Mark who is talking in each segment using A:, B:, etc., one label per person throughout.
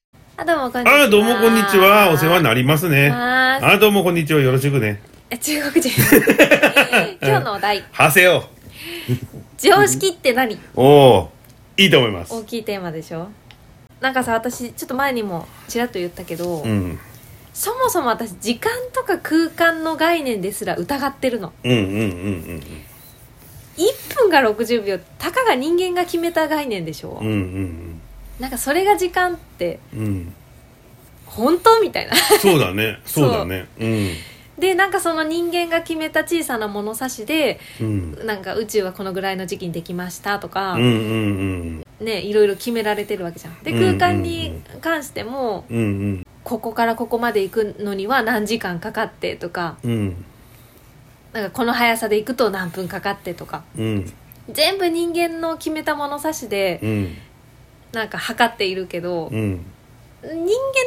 A: もこんにちは。
B: あ、どうもこんにちは。お世話になりますね。
A: はーい
B: あ、どうもこんにちは。よろしくね。
A: え中国人。 今日のお題、
B: はせよ。
A: 常識って何
B: おお、いいと思います
A: 大。きいテーマでしょなんかさ、私、ちょっと前にもちらっと言ったけど、
B: うん。
A: そもそも私、時間とか空間の概念ですら疑ってるの。
B: うんうんうんうん
A: 1分が60秒、たかが人間が決めた概念でしょ、
B: うん。うん
A: なんかそれが時間って、
B: うんうん。うん。
A: 本当みたいな。
B: そうだね。そうだね。
A: で、なんかその人間が決めた小さな物差しで、
B: うん。うん。
A: なんか宇宙はこのぐらいの時期にできましたとか、
B: うんうん
A: ねいろいろ決められてるわけじゃん。で
B: うんうんう
A: 空間
B: ん
A: に関しても
B: うん。うん
A: ここからここまで行くのには何時間かかってとか
B: うん。うん。
A: なんかこの速さで行くと何分かかってとか
B: うん。
A: 全部人間の決めた物差しで
B: うん。
A: なんか測っているけど、
B: うん。
A: 人間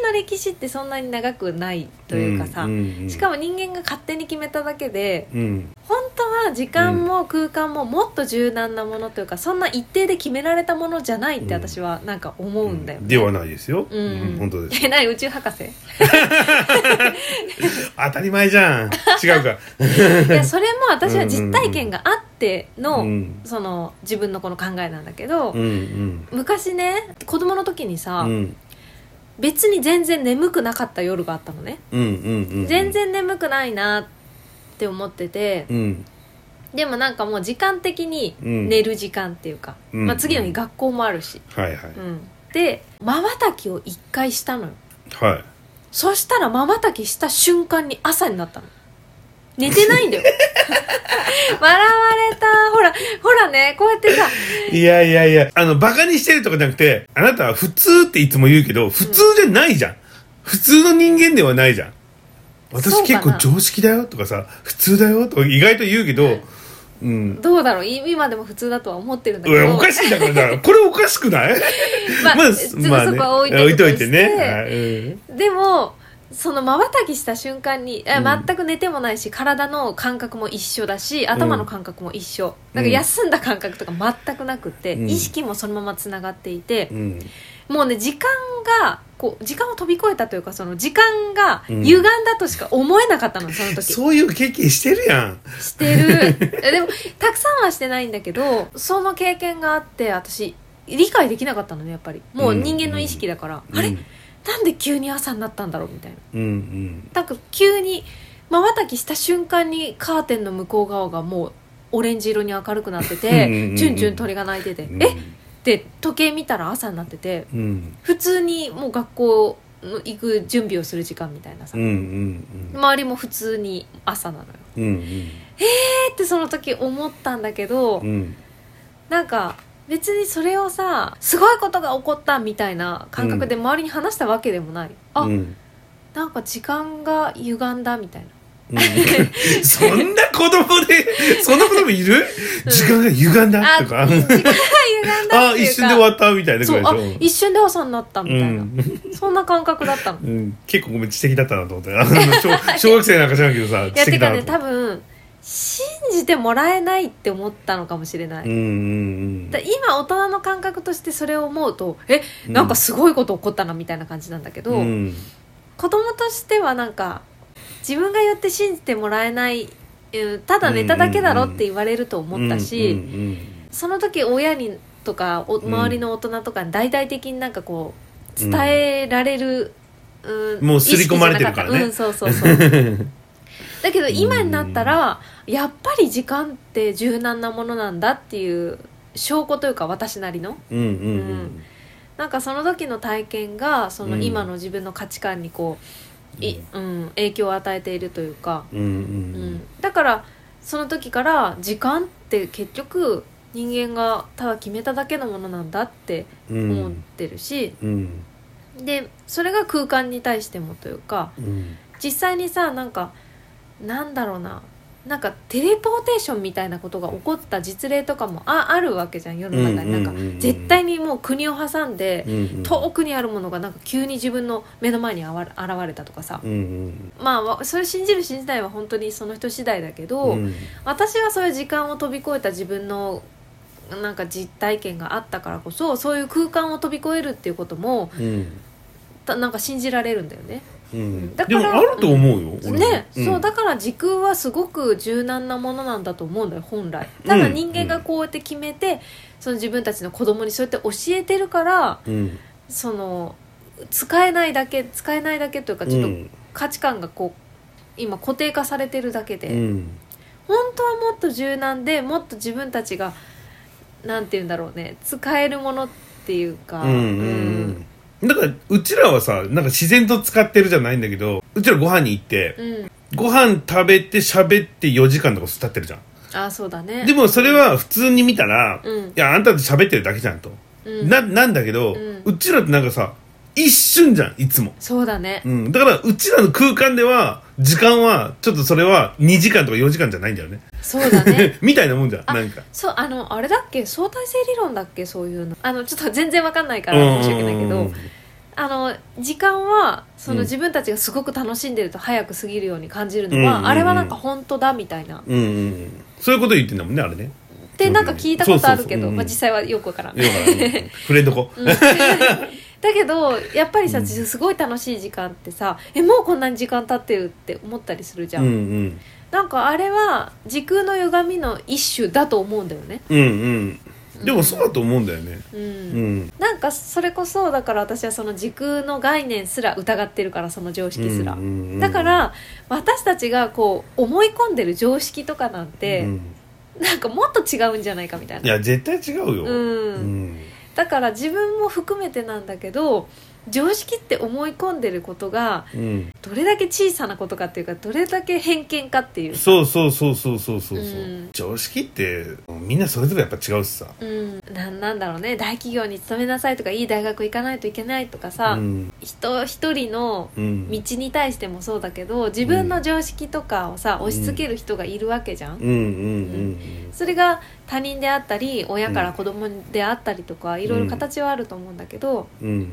A: の歴史ってそんなに長くないというかさ、
B: んん
A: しかも人間が勝手に決めただけで
B: うん。
A: 本当は時間も空間ももっと柔軟なものというかそんな一定で決められたものじゃないって私はなんか思うんだよ、
B: ではないですよ。
A: うん
B: うん本当です。
A: え何宇宙博士い
B: 当たり前じゃん。違うか。
A: やそれも私は実体験があっての、
B: うん
A: その自分のこの考えなんだけど、
B: うんうん。
A: 昔ね子供の時にさ、
B: うん
A: 別に全然眠くなかった夜があったのね、
B: うんうんうん。
A: 全。然眠くないなって思ってて、
B: うん
A: でもなんかもう時間的に
B: うん
A: 寝る時間っていうか、
B: うん
A: まあ、次の日学校もあるし、
B: はいはい
A: うんでまばたきを1回したのよ
B: はい。
A: そしたらまばたきした瞬間に朝になったの。寝てないんだよ。 笑われた。ほら、ほらね、こうやってさ、
B: いやいやいや、あの、バカにしてるとかじゃなくて、あなたは普通っていつも言うけど、普通じゃないじゃん。普通の人間ではないじゃん。
A: そ
B: 私
A: うかな
B: 結構常識だよとかさ、普通だよとか意外と言うけど、うん。
A: どうだろう、い今でも普通だとは思ってるんだ
B: う
A: けど。
B: わおかしいだから、だからこれおかしくない
A: まあ、
B: す
A: ちょっとそこは置いと
B: 置い
A: くと
B: と
A: し
B: い
A: て
B: てね。はいうん
A: でも、そのまばたきした瞬間に、え
B: うん
A: 全く寝てもないし、体の感覚も一緒だし、頭の感覚も一緒。なんか休んだ感覚とか全くなくて、
B: うん
A: 意識もそのままつながっていて、
B: うん。
A: もうね時間がこう時間を飛び越えたというかその時間が
B: うん
A: 歪んだとしか思えなかった の、その時
B: そういう経験してるやん。
A: して るえでもたくさんはしてないんだけどその経験があって私理解できなかったのねやっぱりもう人間の意識だから、あれ、
B: うん
A: なんで急に朝になったんだろうみたいな
B: うん
A: なんか急にまばたきした瞬間にカーテンの向こう側がもうオレンジ色に明るくなってて
B: うんうんうん
A: チュンチュン鳥が鳴いてて、
B: うん。
A: えっって時計見たら朝になってて
B: うん
A: 普通にもう学校の行く準備をする時間みたいなさ、
B: うんうん
A: 周りも普通に朝なのよ
B: うんうん
A: えってその時思ったんだけど、
B: うん
A: なんか別にそれをさすごいことが起こったみたいな感覚で周りに話したわけでもない、あ、
B: うん
A: なんか時間が歪んだみたい な
B: うんそんな子供で、そんな子供いる時間が歪んだとか。
A: 歪んだ
B: あ
A: っ、ていうか
B: 一瞬で終わったみたいなぐ
A: そ
B: ら
A: う
B: い
A: あ
B: でし
A: 一瞬で朝になったみ
B: ょ。う
A: たいな、
B: ん。
A: そんな感覚だったの
B: うん結構ごめん、知的だったなと思って。あの 小小学生なんかじゃないけどさ、
A: いや
B: 知
A: て
B: 的
A: か
B: だ
A: ね
B: なと。
A: 多分信じてもらえないって思ったのかもしれない
B: うんうん
A: だ今大人の感覚としてそれを思うとえ
B: うん
A: なんかすごいこと起こったなみたいな感じなんだけど、
B: うん。うん
A: 子供としてはなんか自分が言って信じてもらえないうんただ寝ただけだろって言われると思ったし、
B: うんうん
A: その時親にとかお
B: うん
A: 周りの大人とかに大々的になんかこう伝えられる、うん
B: もう刷り込まれてるからね
A: 意識じゃなかったうん、そうそうそう だけど
B: うん
A: 今になったらやっぱり時間って柔軟なものなんだっていう証拠というか私なりの
B: うんうんう
A: う
B: ん
A: んなんかその時の体験がその
B: うん
A: 今の自分の価値観にこう、いうん、影響を与えているというか、
B: うんうん
A: う
B: うん
A: ん、だからその時から時間って結局人間がただ決めただけのものなんだって
B: うん
A: 思ってるし、
B: うん
A: でそれが空間に対してもというか
B: うん
A: 実際にさなんかなんだろうななんかテレポーテーションみたいなことが起こった実例とかもああるわけじゃん世の中に、
B: うんうんうん
A: なんか絶対にもう国を挟んで、
B: うんうん
A: 遠くにあるものがなんか急に自分の目の前にあわ現れたとかさ、
B: うんうん
A: まあわそれ信じる信じないは本当にその人次第だけど、
B: うん
A: 私はそういう時間を飛び越えた自分のなんか実体験があったからこそそういう空間を飛び越えるっていうことも
B: うん
A: たなんか信じられるんだよね
B: うん、
A: だか
B: で
A: ら
B: もあると思うよ、俺も
A: ね、
B: ん
A: そうだから時空はすごく柔軟なものなんだと思うんだよ本来ただ人間がこうやって決めて、その自分たちの子供にそうやって教えてるから
B: うん
A: その使えないだけ使えないだけというかちょっと価値観がこう今固定化されてるだけで、
B: うん
A: 本当はもっと柔軟でもっと自分たちがなんて言うんだろうね使えるものっていうか、
B: うんうんうんだからうちらはさなんか自然と使ってるじゃないんだけどうちらご飯に行って
A: うんうん
B: ご飯食べて喋って4時間とか経ってるじゃん
A: あそうだね
B: でもそれは普通に見たら、
A: うん
B: いやあんたと喋ってるだけじゃんと、
A: うん
B: ななんだけど、
A: うん
B: うちらってなんかさ一瞬じゃんいつも、
A: そうだね
B: うん、だからうちらの空間では時間はちょっとそれは2時間とか4時間じゃないんだよね
A: そうだ ね
B: みたいなもんじゃん
A: あ
B: なんか
A: そうあのあれだっけ相対性理論だっけそういうのあのちょっと全然わかんないか
B: うん
A: ら申し訳ないけ
B: うん
A: どあの時間はそ
B: うん
A: の自分たちがすごく楽しんでると早く過ぎるように感じるのは、
B: うんうんうん
A: あれはなんか本当だみたいなっ
B: うんうんそういうこと言ってんだもんねあれね
A: てなんか聞いたことあるけ
B: そうそうそうう
A: ど
B: ん
A: まあ実際はよくわからん
B: だから うん触れとこ
A: うんだけどやっぱりさすごい楽しい時間ってさえもうこんなに時間経ってるって思ったりするじゃ
B: うん
A: ん、
B: うん
A: なんかあれは時空の歪みの一種だと思うんだよね
B: うんうんでもそうだと思うんだよね
A: うん、
B: うん
A: なんかそれこそだから私はその時空の概念すら疑ってるからその常識すら、
B: うんうんうん
A: だから私たちがこう思い込んでる常識とかなんて、
B: うん
A: なんかもっと違うんじゃないかみたい
B: い
A: な
B: や絶対違うよ
A: うん
B: うん
A: だから自分も含めてなんだけど常識って思い込んでることが
B: うん
A: どれだけ小さなことかっていうかどれだけ偏見かっていう、
B: そうそうそうそうそうそうそう
A: うん
B: 常識ってみんなそれぞれやっぱ違うしさ
A: うん、なんなんだろうね大企業に勤めなさいとかいい大学行かないといけないとかさ、
B: うん
A: 人一人の
B: うん
A: 道に対してもそうだけど自分の常識とかをさ、押し付ける人がいるわけじゃん、
B: うんうん
A: それが他人であったり親から子供であったりとか、いろいろ形はあると思うんだけど、
B: うんうん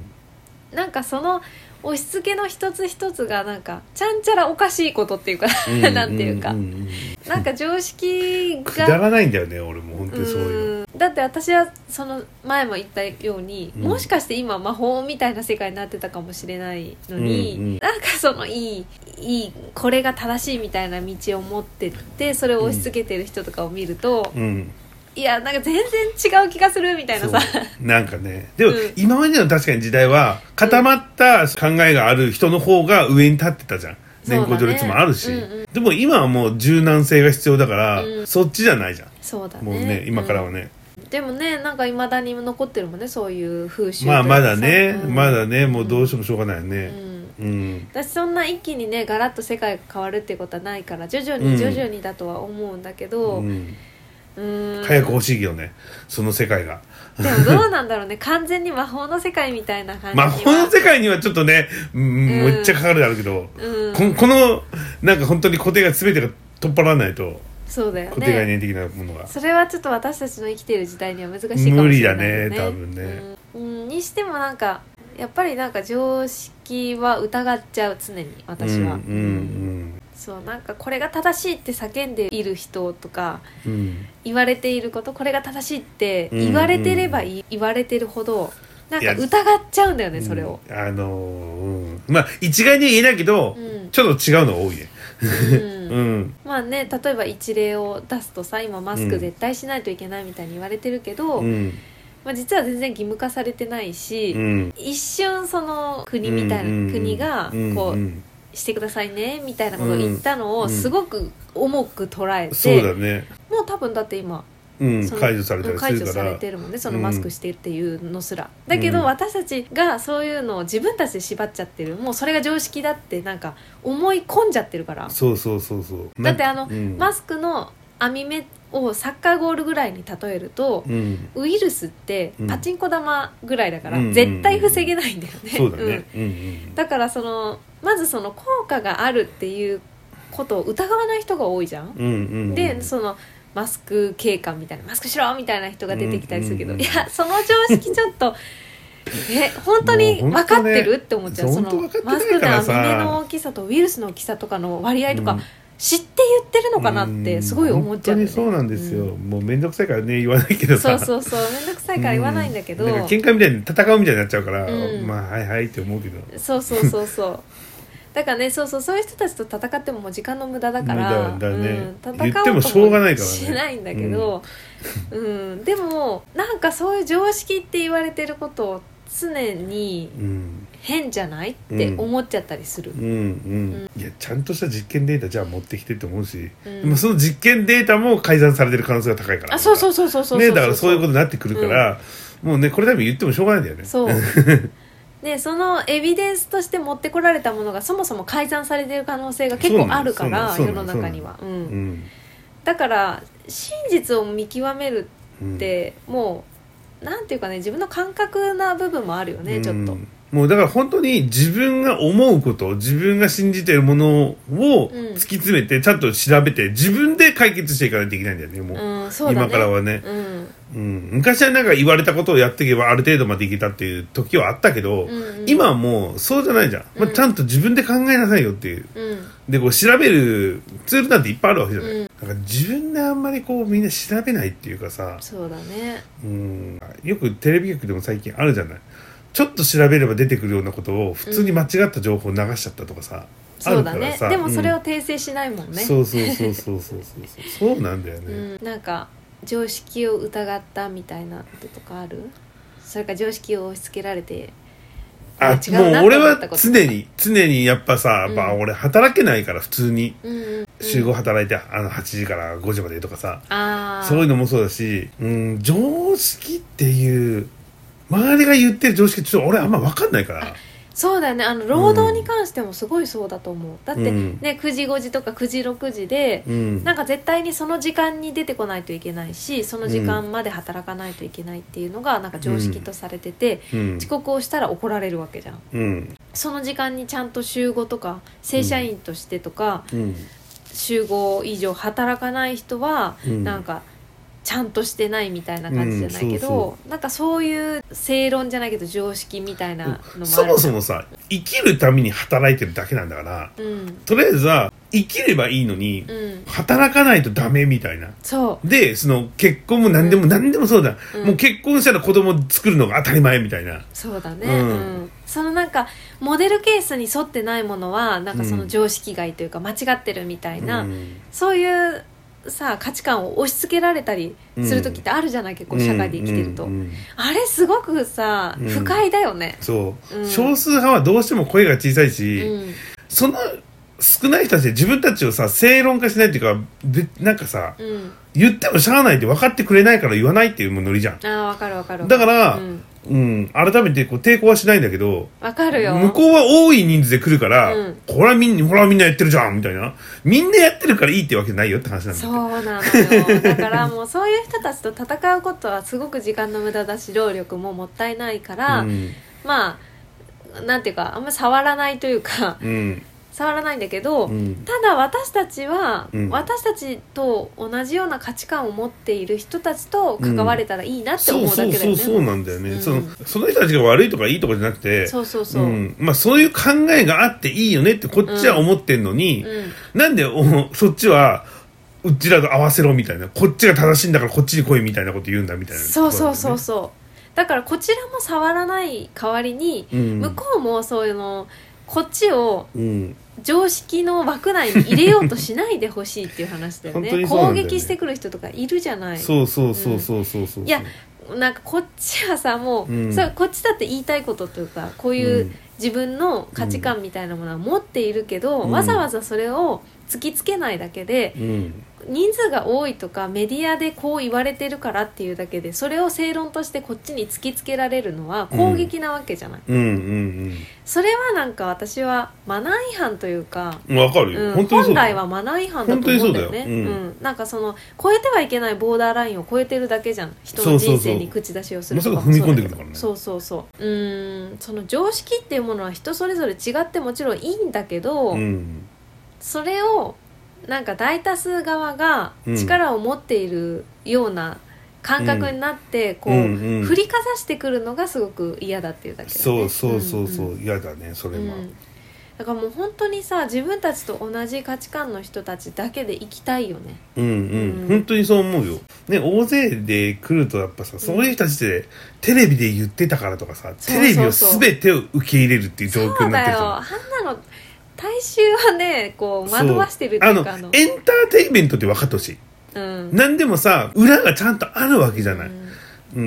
A: なんかその押し付けの一つ一つがなんかちゃんちゃらおかしいことっていうか
B: うん
A: なんていうか
B: んんん
A: なんか常識
B: くだ
A: が。
B: らないんだよね俺も本当にそういうの
A: うんだって私はその前も言ったように、
B: うん
A: もしかして今魔法みたいな世界になってたかもしれないのに、
B: うんうん
A: なんかそのいいいいこれが正しいみたいな道を持ってってそれを押し付けてる人とかを見ると、
B: うん
A: いやなんか全然違う気がするみたいなさ
B: そうなんかねでも、
A: うん
B: 今までの確かに時代は固まった考えがある人の方が上に立ってたじゃん
A: そうだ
B: 年
A: ね
B: 功序列もあるし、
A: うんう
B: でも今はもう柔軟性が必要だから、
A: うん
B: そっちじゃないじゃん
A: そうだね
B: もうね今からは
A: ね、
B: ね、
A: うんでもねなんかいまだに残ってるもんねそういう風習
B: まあ
A: というか
B: ま
A: さ
B: だね、
A: うん
B: まだねもうどうしてもしょうがないよね
A: うん
B: うん、
A: 私そんな一気にねガラッと世界が変わるっていうことはないから徐々
B: うん
A: に徐々にだとは思うんだけ
B: う
A: ど、うんーん
B: 早く欲しいよねその世界が
A: でもどうなんだろうね 完全に魔法の世界みたいな感じには
B: 魔法の世界にはちょっとね、うん、
A: うん
B: めっちゃかかるだろうけど、
A: うん
B: ここのなんか本当に固定が全てが取っ払わないと
A: そうだよ
B: 固定概
A: ね
B: 念的なものが、
A: それはちょっと私たちの生きてる時代には難しいかもしれない、ね、
B: 無理だね多分ね
A: うん、うんにしてもなんかやっぱりなんか常識は疑っちゃう常に私は、
B: うんうん
A: そうなんかこれが正しいって叫んでいる人とか
B: うんうん
A: 言われていることこれが正しいって
B: うんうん
A: 言われてればいい、言われてるほどなん
B: いや
A: か疑っちゃうんだよねそれを、
B: うんあのーうんまあ一概には言えないけど、
A: うん
B: ちょっと違うのが多いね
A: うん
B: うん
A: まあね例えば一例を出すとさ今マス
B: う
A: ク
B: ん
A: 絶対しないといけないみたいに言われてるけど、
B: うん
A: まあ、実は全然義務化されてないし、
B: うん
A: 一瞬その国みたいな、国がこう、
B: ん
A: してくださいねみたいなことを言ったの
B: う
A: を
B: ん
A: すごく重く捉え
B: うんそうだ
A: て、
B: ね、
A: もう多分だって今
B: うん、
A: その
B: 解除されたり
A: 解
B: す
A: 除
B: るか
A: され
B: ら
A: てるもんねそうの
B: ん
A: マスクしてっていうのすら、だけど
B: うん
A: 私たちがそういうのを自分たちで縛っちゃってるもうそれが常識だってなんか思い込んじゃってるから
B: そうそうそうそう
A: だってあの
B: うん
A: マスクの網目をサッカーゴールぐらいに例えると、
B: うん、
A: ウイルスって
B: うん
A: パチンコ玉ぐらいだから、
B: うん
A: 絶対防げないんだよね。
B: そうだ
A: うん
B: ね、うんうん、
A: だからそのまずその効果があるっていうことを疑わない人が多いじゃん、
B: うんうん、
A: でそのマスク警官みたいなマスクしろみたいな人が出てきたりするけど、
B: うんうんうん
A: いやその常識ちょっと え本当に
B: もう
A: 分
B: 本
A: か
B: 当ね
A: ってるって思っちゃうそ
B: 本当
A: の
B: 分かって
A: マス
B: な
A: ク
B: いから
A: の
B: さ
A: 網目の大きさとウイルスの大きさとかの割合とか、
B: うん
A: 知って言ってるのかなってすごい思っちゃう、ね、
B: 本当にそうなんですよ、もう面倒くさいからね言わないけど
A: そ
B: さ
A: うそうそう面倒くさいから言わないんだけど、
B: うなんか喧嘩みたいに戦うみたいになっちゃうから、
A: うん
B: まあはいはいって思うけど
A: そうそうそうそうだからねそうそうそういう人たちと戦ってももう時間の無駄だから
B: 無駄だね
A: うん、
B: 言
A: 戦
B: っ
A: お
B: てもしょうがないからね
A: しないんだけど、うんでもなんかそういう常識って言われてることを常に
B: うん
A: 変じゃないって思っちゃったりする、
B: うんうん、いやちゃんとした実験データじゃあ持ってきてって思うし、
A: うん
B: でもその実験データも改ざんされてる可能性が高いから
A: あそうそうそうそうそうそう
B: ねだからそういうことになってくるから、もうねこれ多分言ってもしょうがないんだよね
A: そうねそのエビデンスとして持ってこられたものがそもそも改ざんされてる可能性が結構あるから
B: そう
A: 世
B: な
A: の
B: のそうなの
A: 中には、うん
B: うん
A: だから真実を見極める
B: うん
A: ってもうなんていうかね自分の感覚な部分もあるよね、ちょっと
B: うんもうだから本当に自分が思うこと自分が信じてるものを突き詰めてちゃんと調べて自分で解決していかないといけないんだよねもう,、
A: うんそうだね
B: 今からはね、
A: うん
B: うん、昔はなんか言われたことをやっていけばある程度までいけたっていう時はあったけ
A: う
B: ど、
A: んうん
B: 今はもうそうじゃないじゃん、まあ、ちゃんと自分で考えなさいよっていう
A: うん
B: でこう調べるツールなんていっぱいあるわけじゃない、
A: うん
B: だから自分であんまりこうみんな調べないっていうかさ、
A: そうだね
B: うんよくテレビ局でも最近あるじゃないちょっと調べれば出てくるようなことを普通に間違った情報を流しちゃったとかさ、あ
A: そう
B: る
A: だ
B: から
A: ね
B: さ
A: でもそれを訂正しないもん
B: うん
A: ね、
B: そうそうそうそうそうそうそうそうなんだよ
A: う
B: ね、
A: ん、なんか常識を疑ったみたいなこととかあるそれか常識を押し付けられて
B: あ
A: 違
B: も
A: うな
B: う俺
A: と思
B: は
A: ったこと
B: 常に常にやっぱさ、
A: うん
B: まあ俺働けないから普通に
A: うんうん、
B: 週5働いてあの8時から5時までとかさ、
A: ああ
B: そういうのもそうだし、うん、常識っていう周りが言ってる常識ちょっと俺あんま分かんないから。
A: そうだよねあの労働に関してもすごいそうだと思う、だって
B: うん
A: ね9時5時とか9時6時で、
B: うん
A: なんか絶対にその時間に出てこないといけないしその時間まで働かないといけないっていうのがなんか常識とされてて、
B: うん
A: 遅刻をしたら怒られるわけじゃん
B: うん
A: その時間にちゃんと集合とか正社員としてとか、
B: うん
A: 集合以上働かない人は
B: うん
A: なんかちゃんとしてないみたいな感じじゃないけど、
B: うんそう
A: なんかそういう正論じゃないけど常識みたいなのもある
B: そもそもさ生きるために働いてるだけなんだから
A: うん
B: とりあえずは生きればいいのに、
A: うん
B: 働かないとダメみたいな
A: そう
B: でその結婚も何でも何でもそうだ、
A: うん
B: もう結婚したら子供作るのが当たり前みたいな
A: そうだね、う
B: うん
A: んそのなんかモデルケースに沿ってないものはなんかその常識外というか間違ってるみたいな、
B: うん
A: そういうさ価値観を押し付けられたりする時ってあるじゃない、結構社会で生きてると、
B: うんうんうん
A: あれすごくさ
B: うん
A: 不快だよね、
B: そう、
A: うん
B: 少数派はどうしても声が小さいうし、
A: ん
B: その少ない人たちで自分たちをさ正論化しないっていうかでなんかさ
A: うん、
B: 言ってもしゃあないって分かってくれないから言わないっていうもうノリじゃん
A: ああわかるわかるわ
B: だ
A: か
B: か
A: る
B: ら、
A: うん
B: うん、改めてこう抵抗はしないんだけど、
A: わかるよ
B: 向こうは多い人数で来るから、
A: うん
B: これはみんな、ほらみんなやってるじゃんみたいな。みんなやってるからいいってわけじゃないよって話なんだけ
A: そう
B: ど。
A: なのよだからもうそういう人たちと戦うことはすごく時間の無駄だし労力ももったいないから、
B: うん。
A: まあなんていうかあんま触らないというか
B: うん。
A: 触らないんだけど、
B: うん。
A: ただ私たちは、
B: うん
A: 私たちと同じような価値観を持っている人たちと関われたらいいなって
B: そ
A: 思
B: う
A: うだ
B: そ
A: け
B: う
A: だ
B: そ
A: よね
B: うそうなんだよね、
A: うん
B: そのその人たちが悪いとかいいとかじゃなくて
A: そうそうそう
B: うんまあ、そういう考えがあっていいよねってこっちは思ってんのに、
A: うん
B: なんでおそっちはうちらと合わせろみたいなこっちが正しいんだからこっちに来いみたいなこと言うんだみたいな、
A: そうそうそう
B: そ
A: そうだからこちらも触らない代わりに、
B: うなんだよ
A: 向
B: ね、
A: こうもそういうのこっちを
B: うんうん、
A: 常識の枠内に入れようとしないでほしいっていう話だよ
B: 本当
A: ね
B: にそうなんだ
A: 攻
B: よね
A: 撃してくる人とかいるじゃない
B: そうそうそうそうそうそう、
A: いやなんかこっちはさもう、
B: うん
A: そうこっちだって言いたいことというかこういううん自分の価値観みたいなものは持っているけど、
B: うん
A: わざわざそれを突きつけないだけで
B: うん
A: 人数が多いとかメディアでこう言われてるからっていうだけでそれを正論としてこっちに突きつけられるのは攻撃なわけじゃない、
B: うんうん
A: それはなんか私はマナー違反というか、
B: うんわかるよ、
A: うん、
B: 本当にそ
A: 本
B: うだ
A: 来
B: よ
A: はマナー違反だと思うんだよね
B: 本当にそうだようん
A: なんかその超えてはいけないボーダーラインを超えてるだけじゃん人の人生に口出しをするとか
B: そうそうそうもうすぐ踏み込んでくるからね
A: そうそうそううーんその常識っていうものは人それぞれ違ってもちろんいいんだけど、
B: うん
A: それをなんか大多数側が力を持っているような感覚になってこう、
B: うんうん
A: 振りかざしてくるのがすごく嫌だっていうだけだね
B: そうそうそうそう、嫌だねそれ
A: うんう
B: は、
A: んだからもう本当にさ自分たちと同じ価値観の人たちだけで生きたいよね
B: うん
A: う
B: うんん本当にそう思うよ。ね大勢で来るとやっぱさそういう人たちでテレビで言ってたからとかさ
A: そう
B: テレビ
A: そ
B: を
A: うそう
B: 全てを受け入れるっていう状況
A: そう
B: にな
A: だ
B: ってる
A: よ
B: と思う
A: あんなの大衆はねこう惑わしてるって
B: あ
A: いう
B: の
A: かあの
B: エンターテインメントって分かってほしい
A: うん
B: 何でもさ裏がちゃんとあるわけじゃない、
A: うん
B: うん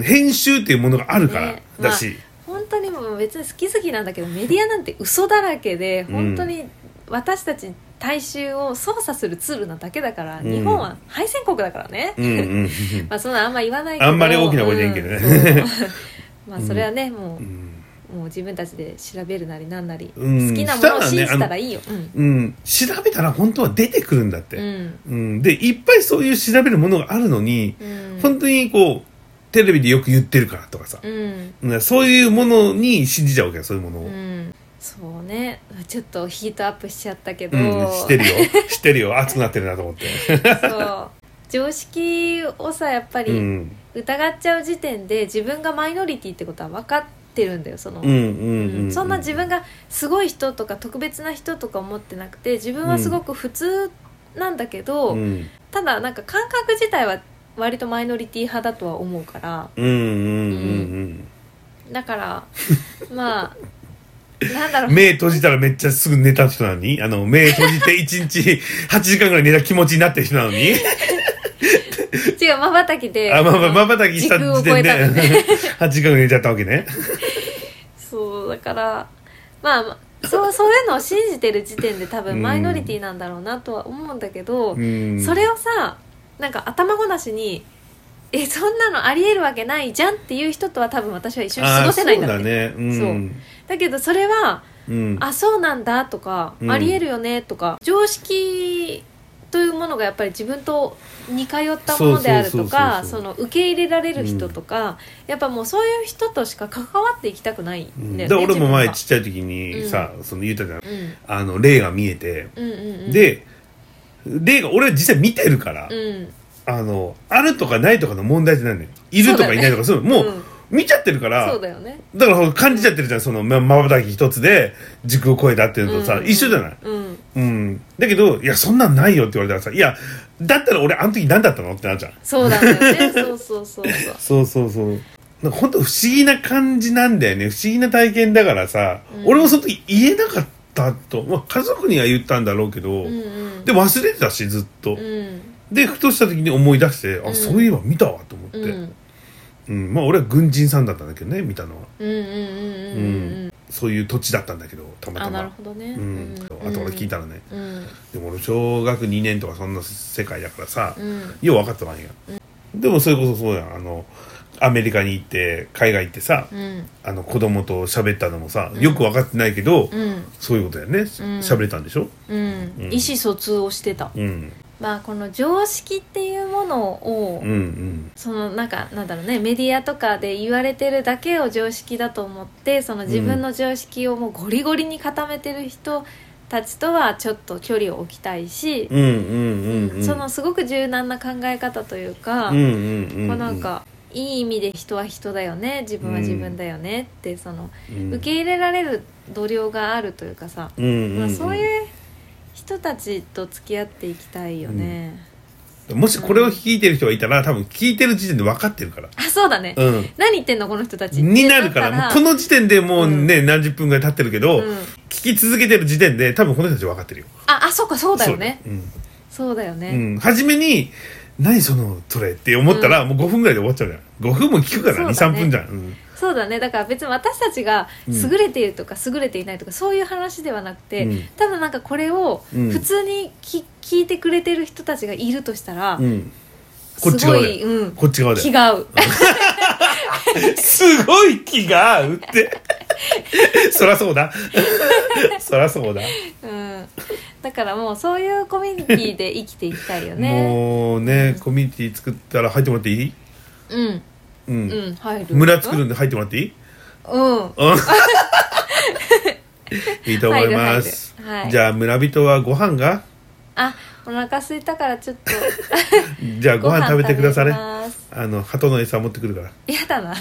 B: 編集っていうものがあるから
A: ね
B: だし、
A: 本当にもう別に好き好きなんだけどメディアなんて嘘だらけで
B: う
A: 本
B: ん
A: 当に私たち大衆を操作するツールなだけだから、
B: うん
A: 日本は敗戦国だからね、
B: うんうん
A: まあそんなあんま言わないけど
B: あんまり大きな声で言えんけどね
A: うんそうまあそれはねも
B: う
A: う,、
B: ん
A: もう自分たちで調べるなりなんなり、
B: うん
A: 好きなものを信じた
B: したらねあ
A: ら
B: の
A: いいよ、うん
B: うん調べたら本当は出てくるんだって、
A: うん
B: うんでいっぱいそういう調べるものがあるのに、
A: うん
B: 本当にこうテレビでよく言ってるからとかさ、
A: うん
B: うんそういうものに信じちゃうわけよそういうものを、
A: う
B: うん
A: んそうねちょっとヒートアップしちゃったけど、
B: 知ってるよ 知ってるよ熱くなってるなと思 って、
A: そう常識をさやっぱり、
B: うん、
A: 疑っちゃう時点で自分がマイノリティってことは分かってるんだよその、
B: うんうんうん、うん、
A: そんな自分がすごい人とか特別な人とか思ってなくて自分はすごく普通なんだけど、
B: うん
A: ただなんか感覚自体は割とマイノリティ派だとは思うから
B: うんうんうん
A: だから まあなんだろ
B: う
A: うん
B: 目閉じたらめっちゃすぐ寝た人なのにあの目閉じて一日8時 間ぐらい寝た気持ちになってる人なのに
A: 違うまばたきで
B: あまあまあま
A: ば
B: ばたきした時
A: 時空を超
B: 点
A: え
B: で
A: たの
B: 8時間ぐらい寝ちゃったわけね
A: そうだからまあまあそうそういうのを信じてる時点で多分マイノリティなんだろうなとは思うんだけど、
B: うん
A: それをさなんか頭ごなしに「えそんなのありえるわけないじゃん」っていう人とは多分私は一緒に過ごせないんだ
B: あ
A: っ
B: ー
A: て
B: そう
A: だ,、
B: だねうん
A: そうけどそれは
B: うん
A: 「あそうなんだ」とか「
B: うん
A: ありえるよね」とか常識というものがやっぱり自分と似通ったものであるとか
B: そ
A: そう
B: そ
A: の受け入れられる人とか、やっぱもうそういう人としか関わっていきたくないんだ
B: で
A: よね、
B: 俺も前ち
A: 自
B: っちゃい時にさ、その言うたじゃ
A: 分
B: ん
A: が
B: あの霊が見えて、
A: うんうんうんうん
B: で霊が俺は実際見てるから、
A: うん
B: あのあるとかないとかの問題じゃないのよいるとかいないとかそう、もう、
A: うん
B: 見ちゃってるから
A: そうだよね
B: だから感じちゃってるじゃんそのまばたき一つで軸を超えたっていうのとさ、
A: うんうん
B: 一緒じゃない
A: うん
B: うんだけど「いやそんなんないよ」って言われたらさ「いやだったら俺あの時何だったの?」ってなっちゃう
A: そうなんだよね そうそうそうそう
B: そうそうそうなんか本当不思議な感じなんだよね不思議な体験だからさ、
A: うん
B: 俺もその時言えなかったと、まあ、家族には言ったんだろうけど、
A: うんうん
B: で忘れてたしずっ
A: う
B: と、
A: ん
B: でふとした時に思い出して、
A: う
B: あ
A: ん
B: そういえば見たわと思って、
A: う
B: うん
A: ん
B: まあ俺は軍人さんだったんだけどね見たのは
A: うんうんうんうん
B: そういう土地だったんだけどたま
A: あ
B: たま
A: なるほどね
B: うん、あと俺聞いたらね、
A: うん
B: でも俺小学2年とかそんな世界だからさ、
A: うん
B: よう分かったわけや、でもそれこそそうやんあのアメリカに行って海外行ってさ、
A: うん
B: あの子供と喋ったのもさよく分かってないけ
A: う
B: ど、
A: ん
B: そういうことだよね喋、れたんでしょ
A: うん
B: うん
A: 意思疎通をしてた
B: うん
A: まあこの常識っていうものを
B: うんうん
A: そのなんかなんだろうねメディアとかで言われてるだけを常識だと思ってその自分の常識をもうゴリゴリに固めてる人たちとはちょっと距離を置きたいし、
B: うんうんうんうん
A: そのすごく柔軟な考え方というか、
B: うんうんうん
A: こうなんかいい意味で人は人だよね自分は自分だよねってその
B: うん
A: 受け入れられる度量があるというかさ、
B: うんうんうん
A: まあ、そういう人たちと付き合っていきたいよね、
B: もしこれを聞いてる人がいたら多分聞いてる時点で分かってるから
A: あそうだね、
B: うん
A: 何言ってんのこの人たち
B: になるからもうこ
A: の
B: の時点でもうね、何十分ぐらい経ってるけど、
A: うん
B: 聞き続けてる時点で多分この人たち分かってるよ
A: ああそうかそうだよね
B: そううん
A: そうだよね、
B: うん、初めに「何そのそれ」って思ったら、もう5分ぐらいで終わっちゃうじゃん5分も聞くから、
A: そうだ
B: 23
A: ね
B: 分じゃん、うん
A: そうだねだから別に私たちが優れているとか優れていないとかそういう話ではなくて、
B: うん
A: ただなんかこれを
B: うん
A: 普通にき、聞いてくれてる人たちがいるとしたら、
B: うん、こっち
A: すご
B: 側
A: い、
B: で、
A: うん、
B: こっち側で
A: 気が合う
B: すごい気が合うって そらそうだそらそうだ、
A: うん、だからもうそういうコミュニティで生きていきたいよね
B: もうねコミュニティ作ったら入ってもらっていい、
A: うん
B: う
A: うんん入る
B: 村作るんで入ってもらっていい
A: うん
B: うんいいと思います、
A: 入る入るはい
B: じゃあ村人はご飯が
A: あお腹空いたからちょっと
B: じゃあご飯食べてくだされ
A: ご飯食べます
B: あの鳩の餌持ってくるから
A: やだな